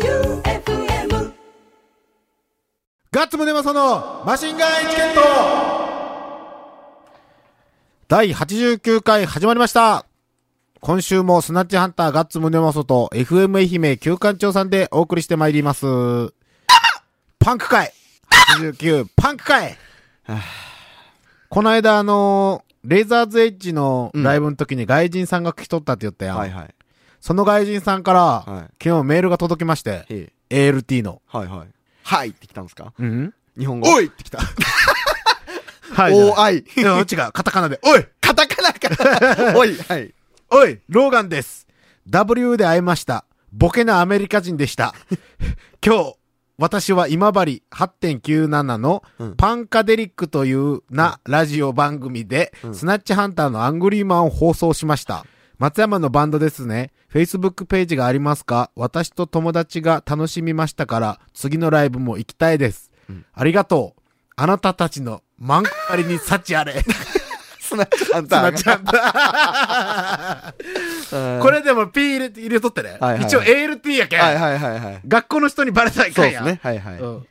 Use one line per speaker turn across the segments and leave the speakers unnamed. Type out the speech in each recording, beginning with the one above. J-O-E-U-F-M
ガッツムネマソのマシンガンエチケット第89回始まりました今週もスナッチハンターガッツムネマソと FM 愛媛旧館長さんでお送りしてまいります。パンク会 !89 パンク会この間あのーレーザーズエッジのライブの時に外人さんが聞き取ったって言ったやん。
はいはい。
その外人さんから、
はい
昨日メールが届きまして、
へえ
ALT の。
はいはい。はいってきたんですか
うん
日本語。
お
い
いってきた。はい。
おーい。
いや、違う。カタカナで。おい
カタカナか。おい。はい。
おいローガンです。W で会えました。ボケなアメリカ人で した。今日、私は今治8.97の
うん
パンカデリックというなラジオ番組で、スナッチハンターのアングリーマンを放送しました。松山のバンドですね。Facebook ページがありますか私と友達が楽しみましたから、次のライブも行きたいです。ありがとう。あなたたちの満開に幸 あれ。
スナッチハンター
な
が。
っちゃった。これでも P 入れて入れとってね。
はいはい
一応 ALT やけん、
はいはいはいはい。
学校の人にバレたらいか
そうんで
や。
すね。はいは
う
い。
ん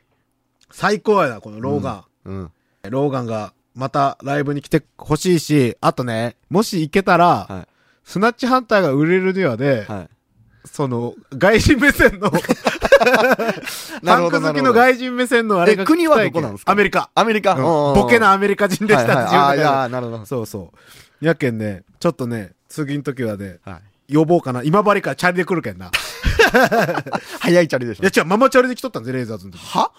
最高やな、このローガン。
うん。
ローガンがまたライブに来てほしいし、あとね、もし行けたら、
は
スナッチハンターが売れるにはで、
い。は
その、外人目線 の、
い。
パンク好きの
外
外人目線のあれが
え国
聞
は
きたいけ
どこなんですか
アメリカ。
アメリカ。
うん
おー
ボケなアメリカ人でしたって
はい
自
は
分の中
いあーい
で
やーなるほど。
そうそう。やけんね、ちょっとね、次の時はね、
はい。
呼ぼうかな。今治からチャリで来るけんな。い
早いチャリでしょ
や。違う、ママチャリで来とったんですレーザーズの時。
は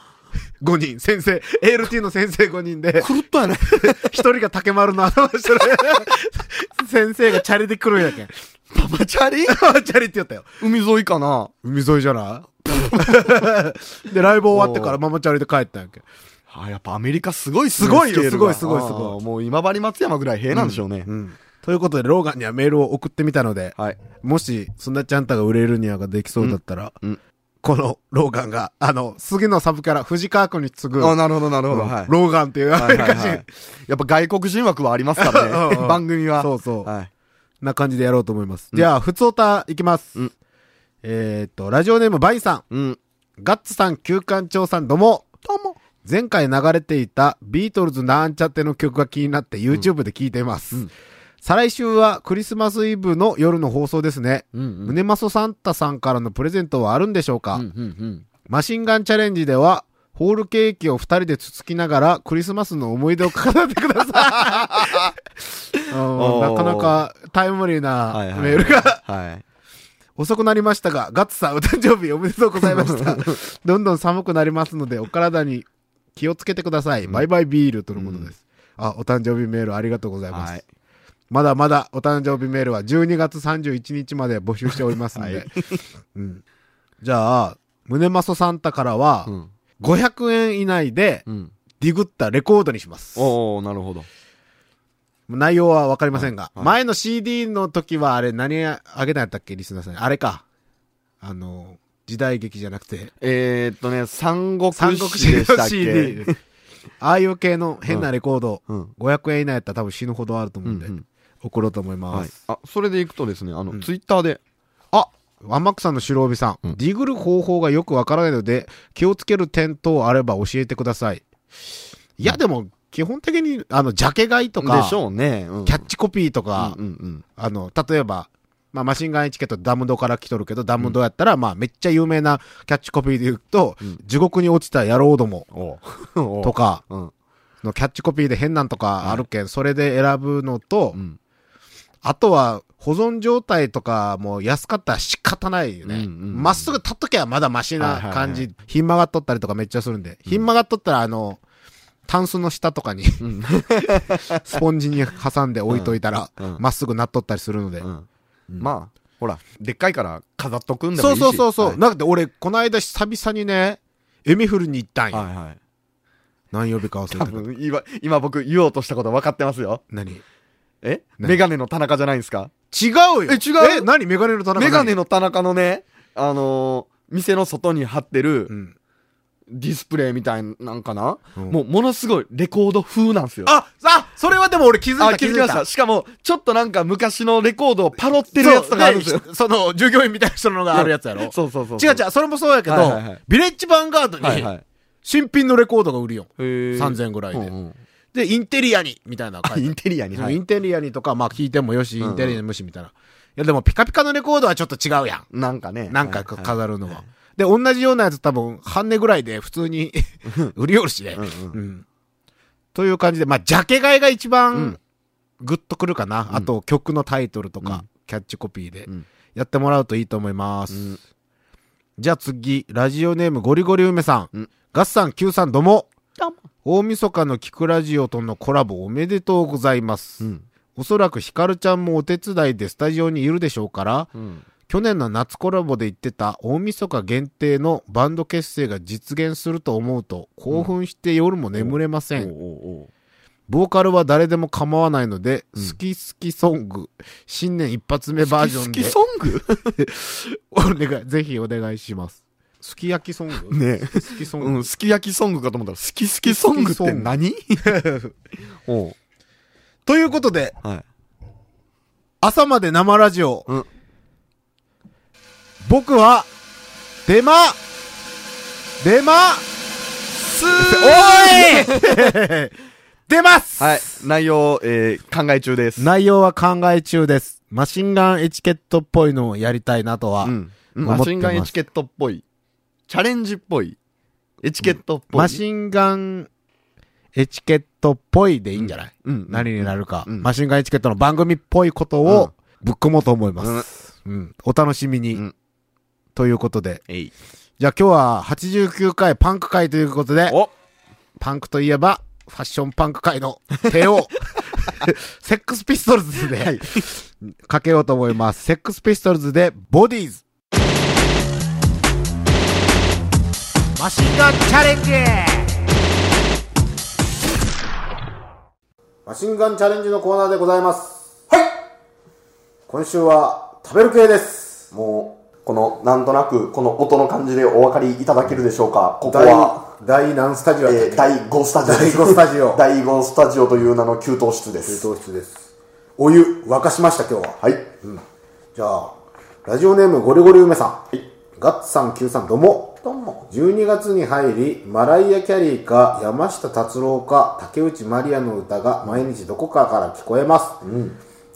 5人、先生、ALT の先生5人で、
狂ったやね。
一人が竹丸の頭してる。先生がチャリで来るんや けん。
パパチャリ
ママチャリって言ったよ。
海沿いかな。
海沿いじゃない で、ライブ終わってからママチャリで帰ったんやけん。
あー、やっぱアメリカすごいっね
すごいよ
スケールが
すごいすごいすごい
あーもう今治松山ぐらい平なんでしょうね。
うん。ということで、ローガンにはメールを送ってみたので、
はい。
もし、そんなちゃんたが売れるにはができそうだったら、
うんうん
このローガンが、あの、次のサブから藤川君に次ぐ、
あーなるほどなるほど。
うん
はい。
ローガンっていうアメリカ人、
はいはいはい やっぱ外国人枠はあります から
うんうん
ね。番組は。
そうそう
はい。
な感じでやろうと思います。じゃあ、普通歌いきます。
うん
えーっと、ラジオネームバイさん、
うん。
ガッツさん、旧館長さん、どうも。
どうも。
前回流れていたビートルズなんちゃっての曲が気になって YouTube で聴いています。再来週はクリスマスイブの夜の放送ですね。
うんうん
胸マソサンタさんからのプレゼントはあるんでしょうか、
うんうん
マシンガンチャレンジでは、ホールケーキを二人でつつきながら、クリスマスの思い出を語ってくださ い。うん
おー
なかなかタイムリー
はいは
ないメールが
うん。はい。
遅くなりましたが、ガッツさんお誕生日おめでとうございま した。どんどん寒くなりますので、お体に気をつけてください。バイバイビールとのことです。あ、お誕生日メールありがとうございます。
はい
まだまだお誕生日メールは12月31日まで募集しておりますので。
はい
うん、じゃあ、胸マソサンタからは、
うん。
500円以内で
うん。
ディグったレコードにします。
おおなるほど。
内容はわかりませんが、
はいはい
前の CD の時はあれ何あげたんやったっけリスナーさんに。あれか。あの、時代劇じゃなくて、
えー、っとね、三国
三国
志
志
でした
の
っけ
CD。ああいう系の変なレコード、
うんうん
500円以内やったら多分死ぬほどあると思うんで、
うんうん
送ろうと思いま
はい
す。。
あ、それでいくとですね、あの、
ん
ツイッターで、
あワンマックさんの白帯さん、
うん
ディグる方法がよくわからないので、気をつける点等あれば教えてください。いや、でも、基本的に、あの、ジャケ買いとか、
でしょうね。うん
キャッチコピーとか、
うんうん
あの、例えば、まあ、マシンガンエチケットダムドから来とるけど、ダムドやったら、まあ、めっちゃ有名なキャッチコピーで言うと、地獄に落ちた野郎ども
うん。おう
とか、
うん。
のキャッチコピーで変なんとかあるけん、それで選ぶのと、
うん。
あとは、保存状態とかも安かったら仕方ないよね。
うんうんうん
まっすぐ立っときゃまだマシな感じ。
はいはい
ひん曲がっとったりとかめっちゃするんで。ひん曲がっとったら、あの、タンスの下とかに、
ん
スポンジに挟んで置いといたら
うんう、ん
まっすぐなっとったりするので。
うん。まあ、ほら、でっかいから飾っとくんでも
そ
いういし。
そうそうそう。
はい
なんかで俺、この間久々にね、エミフルに行ったんや。
はいはい。
何曜日か忘
多
れてる。
分、今、今僕言おうとしたこと分かってますよ。
何違
え
何
メガネの田中じゃないんですか
うよ
え違う
え、何メガネの田中
メガネ
の。
の田中のね、あのー店の外に貼ってる、
うん。
ディスプレイみたいなんかな、
うん
もうものすごいレコード風なんですよ。
あ、あ、それはでも俺気づい
あ、
た、
気づきました。しかも、ちょっとなんか昔のレコードをパロってるやつとかあるんですよ。
そうねその、従業員みたいな人のがあるやつやろ。
そうそうそう
違う違う、それもそうやけど、
はいはいはい
ビレッジヴァンガードに、
はいはい。
新品のレコードが売るよ。3000
3000
ぐらいで、
うんうん
で、インテリアに、みたいなの書
あ
いてある
インテリアに。
その
は
イ
い
ンテリアにとか、まあ聞いてもよし、インテリアに無視みたいな。いや、でもピカピカのレコードはちょっと違うや
なんかね。
ん。なんか
はいはい
飾るのは。で、同じようなやつ多分、半値ぐらいで普通に 売り寄るしね。うんという感じで、まあ、ジャケ買いが一番、グッとくるかな。あと、曲のタイトルとか、キャッチコピーで
ん、
やってもらうといいと思います。じゃあ次、ラジオネームゴリゴリ梅さ
うんん。
ガッサン Q さんどうも。
どうも
大晦日のキクラジオとのコラボおめでとうございます。
うん
おそらくヒカルちゃんもお手伝いでスタジオにいるでしょうから、
うん
去年の夏コラボで言ってた大晦日限定のバンド結成が実現すると思うと興奮して夜も眠れませ
おうお
ん。
うおう
ボーカルは誰でも構わないので、好き好きソング、新年一発目バージョンで
好きソング
お願い、ぜひお願いします。すき焼きソング
ねえ
好きソング、
うん、すき焼きソングかと思ったら、すきすきソングって何 おう
ということで、
はい。
朝まで生ラジオ。
うん
僕は、デマデマ
す
おい 出ます、
はい、内容、えー、考え中です。
内容は考え中です。マシンガンエチケットっぽいのをやりたいなとは。
うん。
思ってます
マシンガンエチケットっぽい。チャレンジっぽい。エチケットっぽい。
マシンガンエチケットっぽいでいいんじゃない、
うん。
何になるか、
うん
マシンガンエチケットの番組っぽいこと
う
を
ん
ぶっ込もうと思います。うん。お楽しみに、
うん
ということで。
えい。
じゃあ今日は89回パンク会ということで、
お
パンクといえば、ファッションパンク界の帝王、セックスピストルズで、かけようと思います。セックスピストルズで、ボディーズ。マシンガンチャレンジマシンガンチャレンジのコーナーでございます。はい今週は、食べる系です。
もう、この、なんとなく、この音の感じでお分かりいただけるでしょうか。ここ
第
は、、
第何スタジオ
えー第5スタジオで
第
す。
五スタジオ
第5スタジオという名の給湯室で
給
す。
湯室ですお湯沸かしました今日は
はい。
じゃあラジオネームゴリゴリ梅さん、ガッツさん Q さんどうも
どうも。
12月に入りマライア・キャリーか山下達郎か竹内まりやの歌が毎日どこかから聞こえます、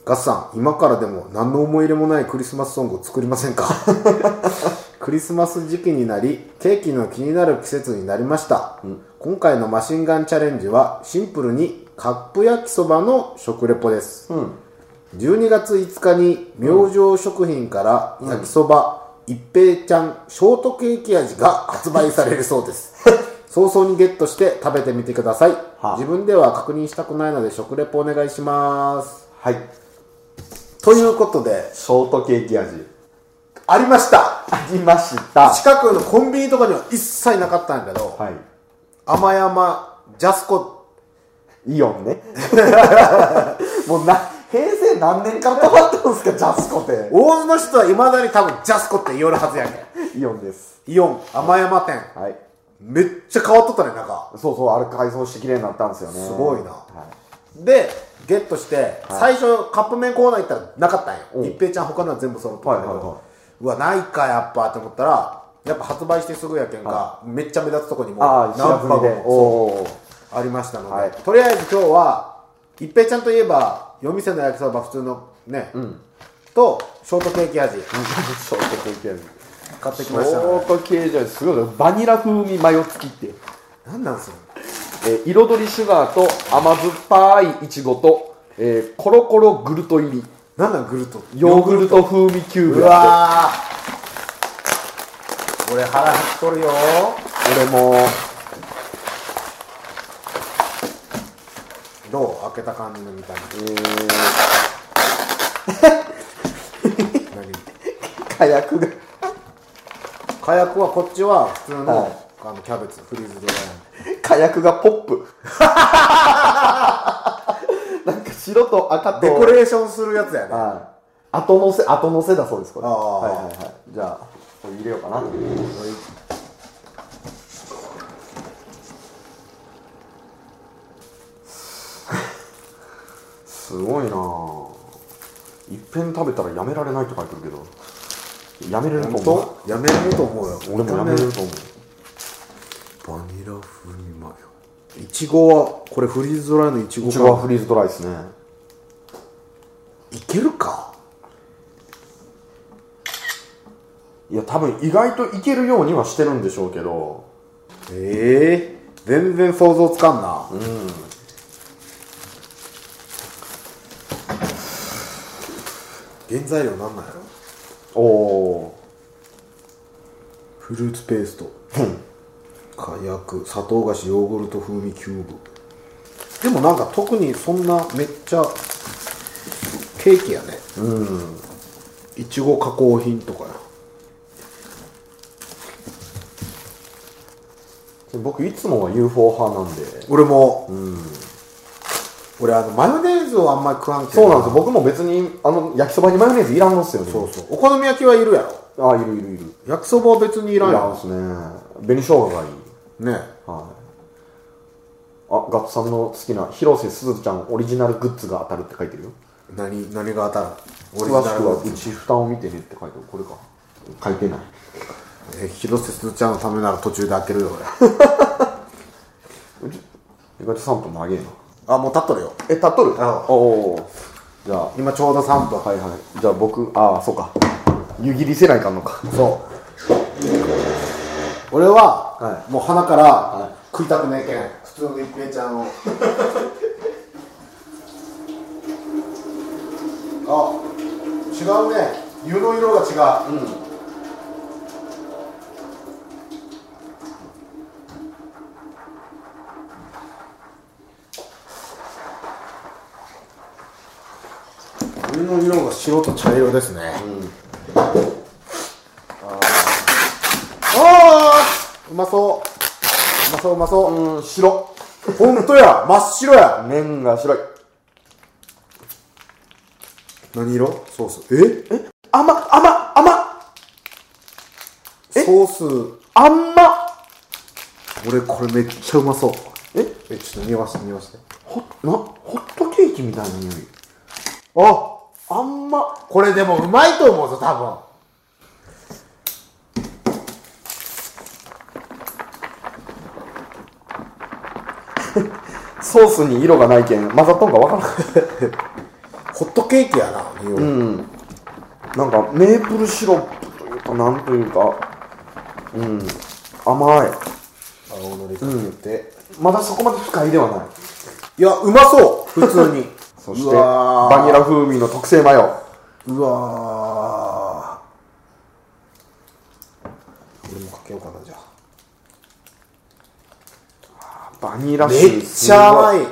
ガッツさん今からでも何の思い入れもないクリスマスソングを作りませんかクリスマス時期になりケーキの気になる季節になりました、今回のマシンガンチャレンジはシンプルにカップ焼きそばの食レポです、12月5日に明星食品から焼きそば、一平ちゃんショートケーキ味が発売されるそうです 早々にゲットして食べてみてください、
あ
自分では確認したくないので食レポお願いします
はい。
ということで
ショートケーキ味。
ありました
ありました。
近くのコンビニとかには一切なかったんやけど、
は
甘山ジャスコ
い。イオ ンね。もうな、平成何年から溜まってるんですか、ジャスコって。
大津の人はいまだに多分ジャスコって言えるはずやね
イオンです。
んイオン甘山店
はい。
めっちゃ変わっとったね中
そうそう、あれ改装して綺麗になったんですよね。
すごいな
は
でゲットして、最初カップ麺コーナー行ったらなかったん
お
よ
う
一平ちゃん他のは全部揃ってたけど、
はいはいは
うわないかやっぱって思ったらやっぱ発売してすぐやけんか、めっちゃ目立つとこにも
ああ、白
箱
組で。お
も
おー。
そうありましたので、
はい
とりあえず今日は一平ちゃんといえば夜店の焼きそば普通のね、とショートケーキ味
ショートケーキ味。
買ってき
シ
ました
ョ
の
ートケーキ味すごいねバニラ風味マヨ付きって、
でなんなんすよ
えー彩りシュガーと甘酸っぱいいちごと、えーコロコログルト入り
なんなんグルト
ヨーグルト風味キューブ
う
や
わー俺腹減っとるよ
って俺も
どう開けた感じの見た目 何
火薬が
火薬はこっちは普通の,、
はい
あのキャベツフリーズドライ
火薬がポップ なんか白と赤と
デコレーションするやつやね
はい後乗せ後乗せだそうですこれ
ああ
はいはいはいじゃあこれ入れようかなすごいなぁいっぺん食べたらやめられないって書いてるけどやめれると
本
思う
当やめれると思うよ
俺もやめれると思う
バニラ風味マヨいちごはこれフリーズドライのいちご
うちは
か
フリーズドライですね
いけるか
いや多分意外といけるようにはしてるんでしょうけど
ええ全然想像つかんな原材料なんなんやろ
おお
フルーツペースト火薬砂糖菓子ヨーグルト風味キューブでもなんか特にそんなめっちゃケーキやねうんいちご加工品とかや
ー僕いつもは UFO 派なんで
俺も、俺あのマヨネーズをあんまり食わんけど
そうなんです僕も別にあの焼きそばにマヨネーズいらんのっすよね
そうそうお好み焼きはいるやろ
ああいるいるいる
焼きそばは別にい
い
らんや
らんっ
ろ
すね紅生姜がいい
ね
はいあガッツさんの好きな広瀬すずちゃんオリジナルグッズが当たるって書いてるよ
何何が当たるオリジ
詳し
ナル
く
は
はうち負担を見てねって書いてるこれか書いてない
え広瀬すずちゃんのためなら途中で開けるよ俺
意外と3分長えな
あもう立っとるよ
え立っとる
あ
おおじゃあ
今ちょうど3分
はいはいじゃあ僕ああそうか湯切りせないかんのか
そう俺は、もう鼻から、食いたくねえけん普通の一平ちゃ んをあ違うね湯の色が違う、湯の色が白と茶色ですね、あーうまそううまそううまそううん白ほんとや真っ白や
麺が白い
何色ソースええ
甘っ甘っ甘っ
ソース
あんま
俺これめっちゃうまそう
え
えちょっと匂わして匂わして
ほなホットケーキみたいな匂い
あ
あんま
これでもうまいと思うぞ多分
ソースに色がないけん混ざっとんかわから
ホットケーキやな匂い、
んなんかメープルシロップというかなんというかうん甘い
青のりかけて、
まだそこまで不快ではない
いやうま そう普通に
そし
う
て
わー
バニラ風味の特製マヨ
うわー俺もかけようかなじゃあ
バニラ
めっちゃ甘い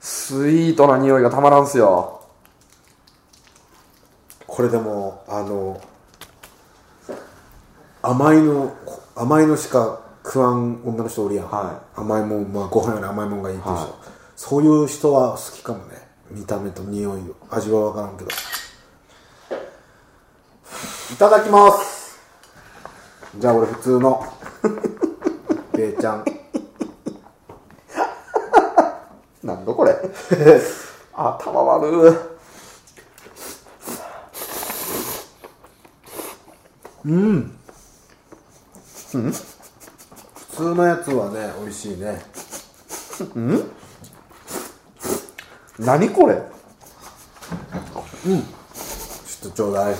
スイートな匂いがたまらんすよ
これでもあの甘いの甘いのしか食わん女の人おるやん、
は
甘いもんまあご飯より甘いもんがいいっていう人、そういう人は好きかもね見た目と匂い味は分からんけどいただきますじゃあ俺普通 のべーちゃん
なんだこれ あ頭悪い
普通のやつはね美味しいね
何これ
ちょっとちょうだい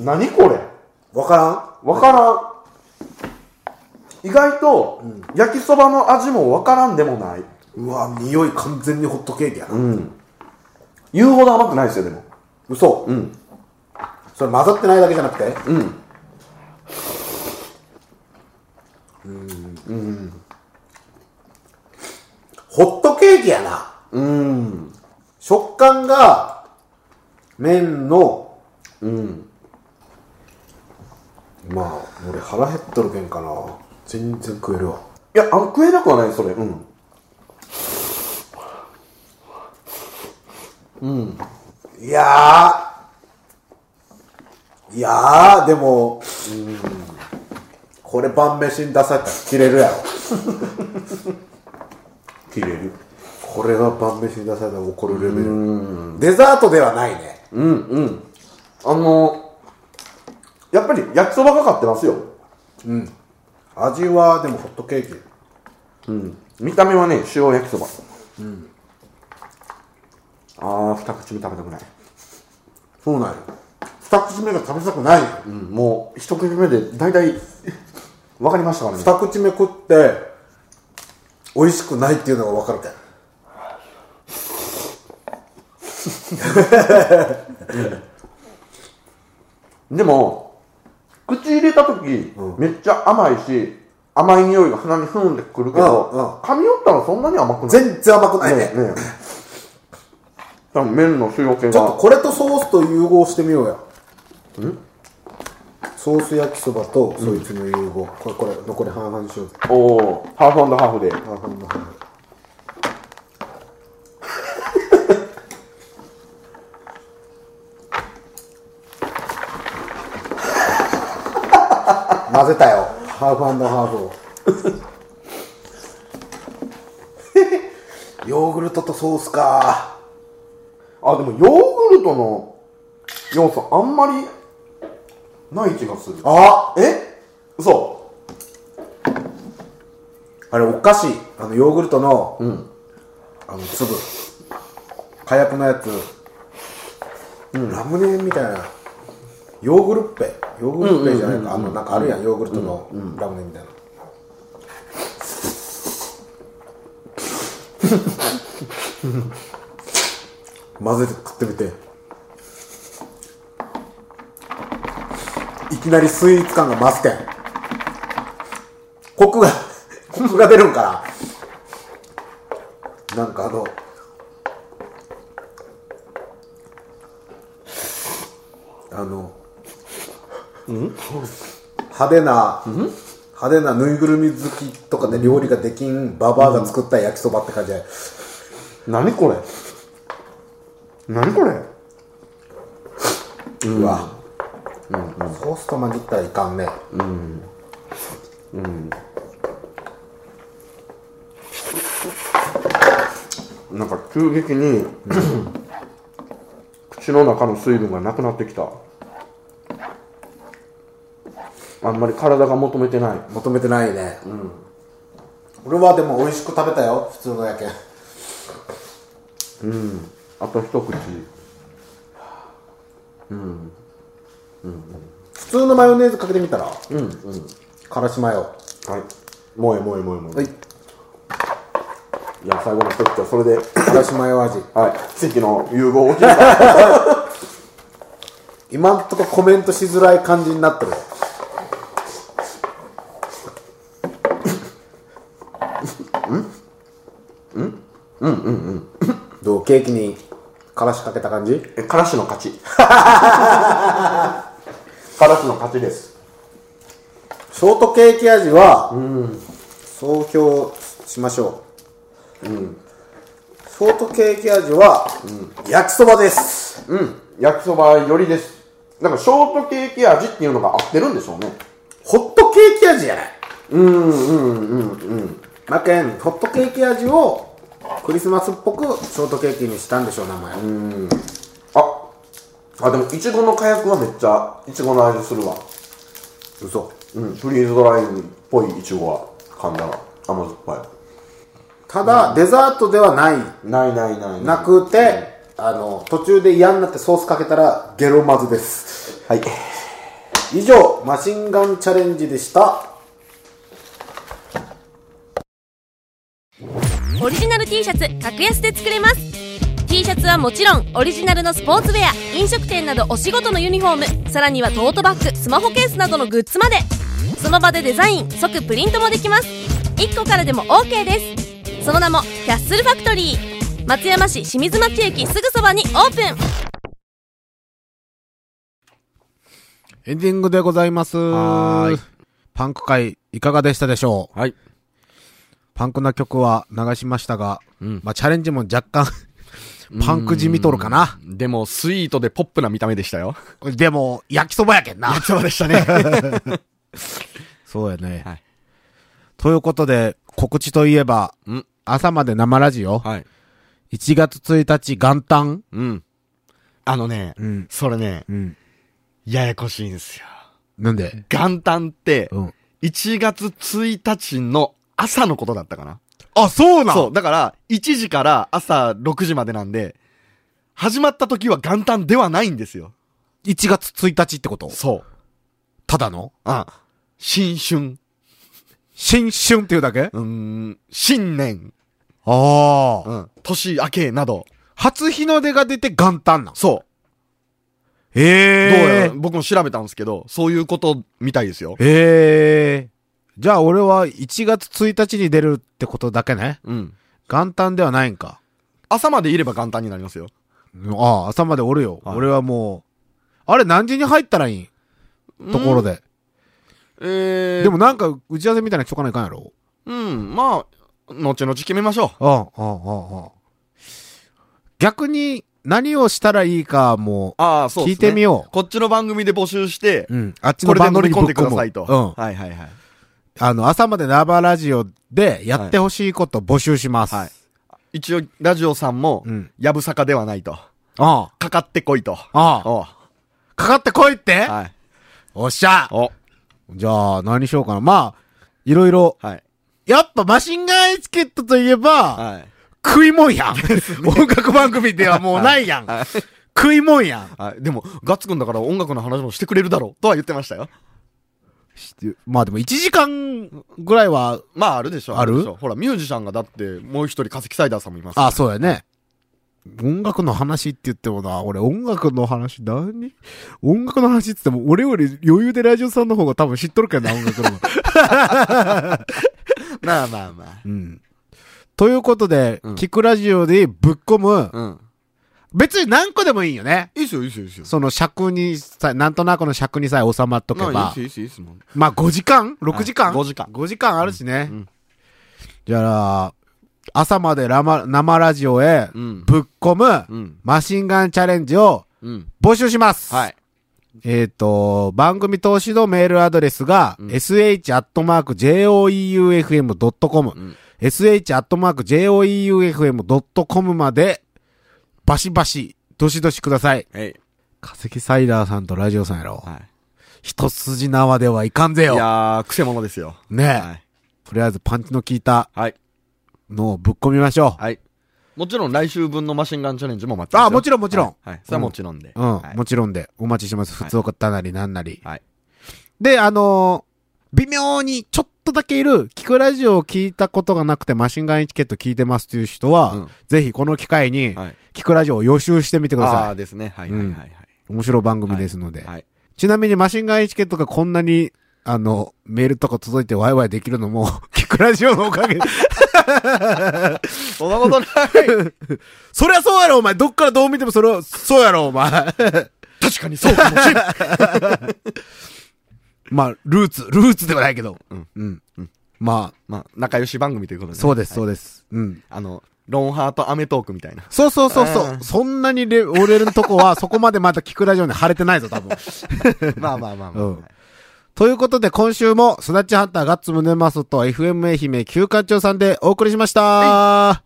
何これ
分か
わからん意外と焼きそばの味もわからんでもない
らんうわ匂い完全にホットケーキやな、
言うほど甘くないですよでも
嘘うんそれ混ざってないだけじゃなくてうんうんホットケーキやなうん食感が麺のうんまあ俺腹減っとるけんかな全然食えるわ
いやあ食えなくはないそれうん
いやーいやーでもこれ 晩飯に出されたら切れるやろ切れるこれは晩飯に出されたら怒るレベルデザートではないね
うんうんあのやっぱり焼きそばがかってますよ
味はでもホットケーキ
見た目はね塩焼きそばうんあー二口目食べたくない
そうなんよ二口目が食べたくないよ
うんもう一口目で大体 わかりましたからね
二口目食って美味しくないっていうのが分かるから
でも口入れた時、めっちゃ甘いし甘い匂いが鼻にふんでくるけど、
うんうん
噛み寄ったらそんなに甘くない
全然甘くないね
ねえねえ多分麺の塩気
ちょっと
が
これとソースと融合してみようやソース焼きそばとそいつの融合、これこれ残り半々にしようぜ
おおーハーフハーフで
半々の半々混ぜたよハーフハーフをヨーグルトとソースか
あでもヨーグルトの要素あんまりない気がする
あ
え嘘
あれお菓子あのヨーグルトの、
ん
あの粒火薬のやつ、ラムネみたいなヨーグルッペヨーグルッペじゃないか、あのなんかあるやんヨーグルトのラムネ みたいな、混ぜて食ってみていきなりスイーツ感が増すけんコクが コクが出るんからなんかあのあの派手な派手なぬいぐるみ好きとかで料理ができんババアが作った焼きそばって感じで
何これ何これ
うわ、ソースと混じったらいかんね
なんか急激 に口の中の水分がなくなってきたあんまり体が求めてない
求めてないね、俺はでも美味しく食べたよ普通のやけん
あと一口
普通のマヨネーズかけてみたらうんうんからしマヨ
はいもうえもうえもうえもうえ
はい
いや最後の一口はそれで
からしマヨ味
はい奇跡の融合を聞いた
今んとこコメントしづらい感じになってるうんうんうんうんどうケーキにからしかけた感じ
えからしの勝 ちからしの勝ちです
ショートケーキ味は、総評しましょう、ショートケーキ味は、焼きそばです
うん焼きそばよりですなんかショートケーキ味っていうのが合ってるんでしょうね
ホットケーキ味やないうんうんうんうんまけんホットケーキ味をクリスマスっぽくショートケーキにしたんでしょう名前、
ああでもいちごの火薬はめっちゃいちごの味するわ
嘘
うんフリーズドライっぽいいちごは噛んだら甘酸っぱ
ただ、デザートではない
いないないないい
なくて、あの途中で嫌になってソースかけたらゲロまずです
はい
以上マシンガンチャレンジでした
オリジナル T シャツ格安で作れます T シャツはもちろんオリジナルのスポーツウェア飲食店などお仕事のユニフォームさらにはトートバッグスマホケースなどのグッズまでその場でデザイン即プリントもできます1個からでも OK ですその名もキャッスルファクトリー松山市清水町駅すぐそばにオープン
エンディングでございます。
はーい
パンク会、いかがでしたでしょう
はい。
パンクな曲は流しましたが、
うん
まあチャレンジも若干、パンク地味とるかな。
でも、スイートでポップな見た目でしたよ。
でも、焼きそばやけんな。
そうでしたね。
そうやね。
はい
ということで、告知といえば、
うん
朝まで生ラジオ、
はい。
1月1日元旦うん。
あのね、
うん。
それね、
うん。
ややこしいんですよ。
なんで
元旦って、
うん。
1月1日の朝のことだったかな。
あ、そうな
そう、だから、1時から朝6時までなんで、始まった時は元旦ではないんですよ。
!1 月1日ってこと
そう。
ただの
あ、新春。
新春っていうだけ
うーん、新年。
あ
う
あ。
ん、年明けなど。
初日の出が出て元旦なん。
そ
え
う。どうやら
え。
僕も調べたんですけど、そういうことみたいですよ。
ええ。じゃあ俺は1月1日に出るってことだけね。
うん。
元旦ではないんか。
朝までいれば元旦になりますよ。
ああ、朝までおるよ。
はい
俺はもう、あれ何時に入ったらいいんところで。
えー、
でも、なんか打ち合わせみたいなのしとかないかんやろ
うん、まあ、後々決めましょ
ああ、ああ、ああ。逆に何をしたらいいかも
う。ああ、そうですね。
聞いてみよう
こっちの番組で募集して、
う、うん、あっち
こ
の
れで
番
乗
組
り
にぶ
込
っ
んでくださいと。
込む
はいはいはい。
うん。あの、朝までナーバーラジオでやってほしいこと募集します。
はい。一応、ラジオさんも
うん、
やぶさかではないと。
あ
かかってこいと。
あ、ああ。
おう
かかってこいって、
はい。
おっしゃ
お、
じゃあ、何しようかな。まあ、いろいろ。
はい。
やっぱマシンガンエチケットといえば、
はい。
食いもんやん。音楽番組ではもうないやん。食いもんやん。
はい。でも、ガッツくんだから音楽の話もしてくれるだろう、とは言ってましたよ。
まあでも1時間ぐらいは、
まあ、あるでしょ。
ある
でしょほら、ミュージシャンがだって、もう一人、化石サイダーさんもいます。
あ、そうやね。音楽の話って言ってもな、俺音楽の話何音楽の話って言っても、俺より余裕でラジオさんの方が多分知っとるけどな、音楽の 方が。
まあまあま
うん。ということで、
うん
聞くラジオでぶっ込む、
あ。うん。
別に何個でもいいよね。
いいっすよ、いいっすよ、いいっすよ。
その尺にさえ、なんとなくの尺にさえ収まっとけ
まあいいっ
ば
す。よ、いいっすよ、いいっすもん。
まあ5時間 ?6 時間
はい5時間
5時間あるしね。
うんうん
じゃあ、朝までラマ生ラジオへ
うん。
ぶっ込む、
うん。
マシンガンチャレンジを
うん。
募集します。
はい。
えっ、と、番組投資のメールアドレスが、
うん
sh.joeufm.com、
ん
sh.joeufm.com まで、バシバシ、どしどしください。
えい。
化石サイダーさんとラジオさんやろ。
はい。
一筋縄ではいかんぜ
い
よ。
やー、くせ者ですよ。
ねえ、
はい。
とりあえずパンチの効いた
はい。
のをぶっ込みましょう。
はい。もちろん来週分のマシンガンチャレンジも待ってますよ
あ、もちろんもちろん。
はいはい。それはもちろんで。
うん、
はい
もちろんで、お待ちしてます。普通おたなりなんなり。
はい
で、あのー微妙にちょっとだけいる、聞くラジオを聞いたことがなくてマシンガンエチケット聞いてますという人は、
うん
ぜひこの機会に、
はい。
聞くラジオを予習してみてくだ
ああ
さ
ーですね。はいはいはいはい。
い。面白い番組ですので。
はい。
ちなみにマシンガンエチケットがこんなに、あの、メールとか届いてワイワイできるのも、 聞くラジオのおかげ。
そんなことない。
そりゃそうやろ、お前。どっからどう見てもそれは、そうやろ、お前。
確かにそうかもしれない。
まあ、ルーツ、ルーツではないけど。
うん。
うん。まあ、
まあ、仲良し番組ということでね。
そうです、そ
はい
うです。うん。
あの、ロンハーとアメトークみたいな。
そうそうそうそうう。そんなにレ、俺のとこは、そこまでまた聞くラジオに晴れてないぞ、多分。
まあまあまあまあ。
うん
はい
ということで、今週も、スナッチハンターガッツムネマソと FM 愛媛休館長さんでお送りしました。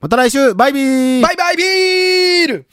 また来週、バイビー
バイバイビール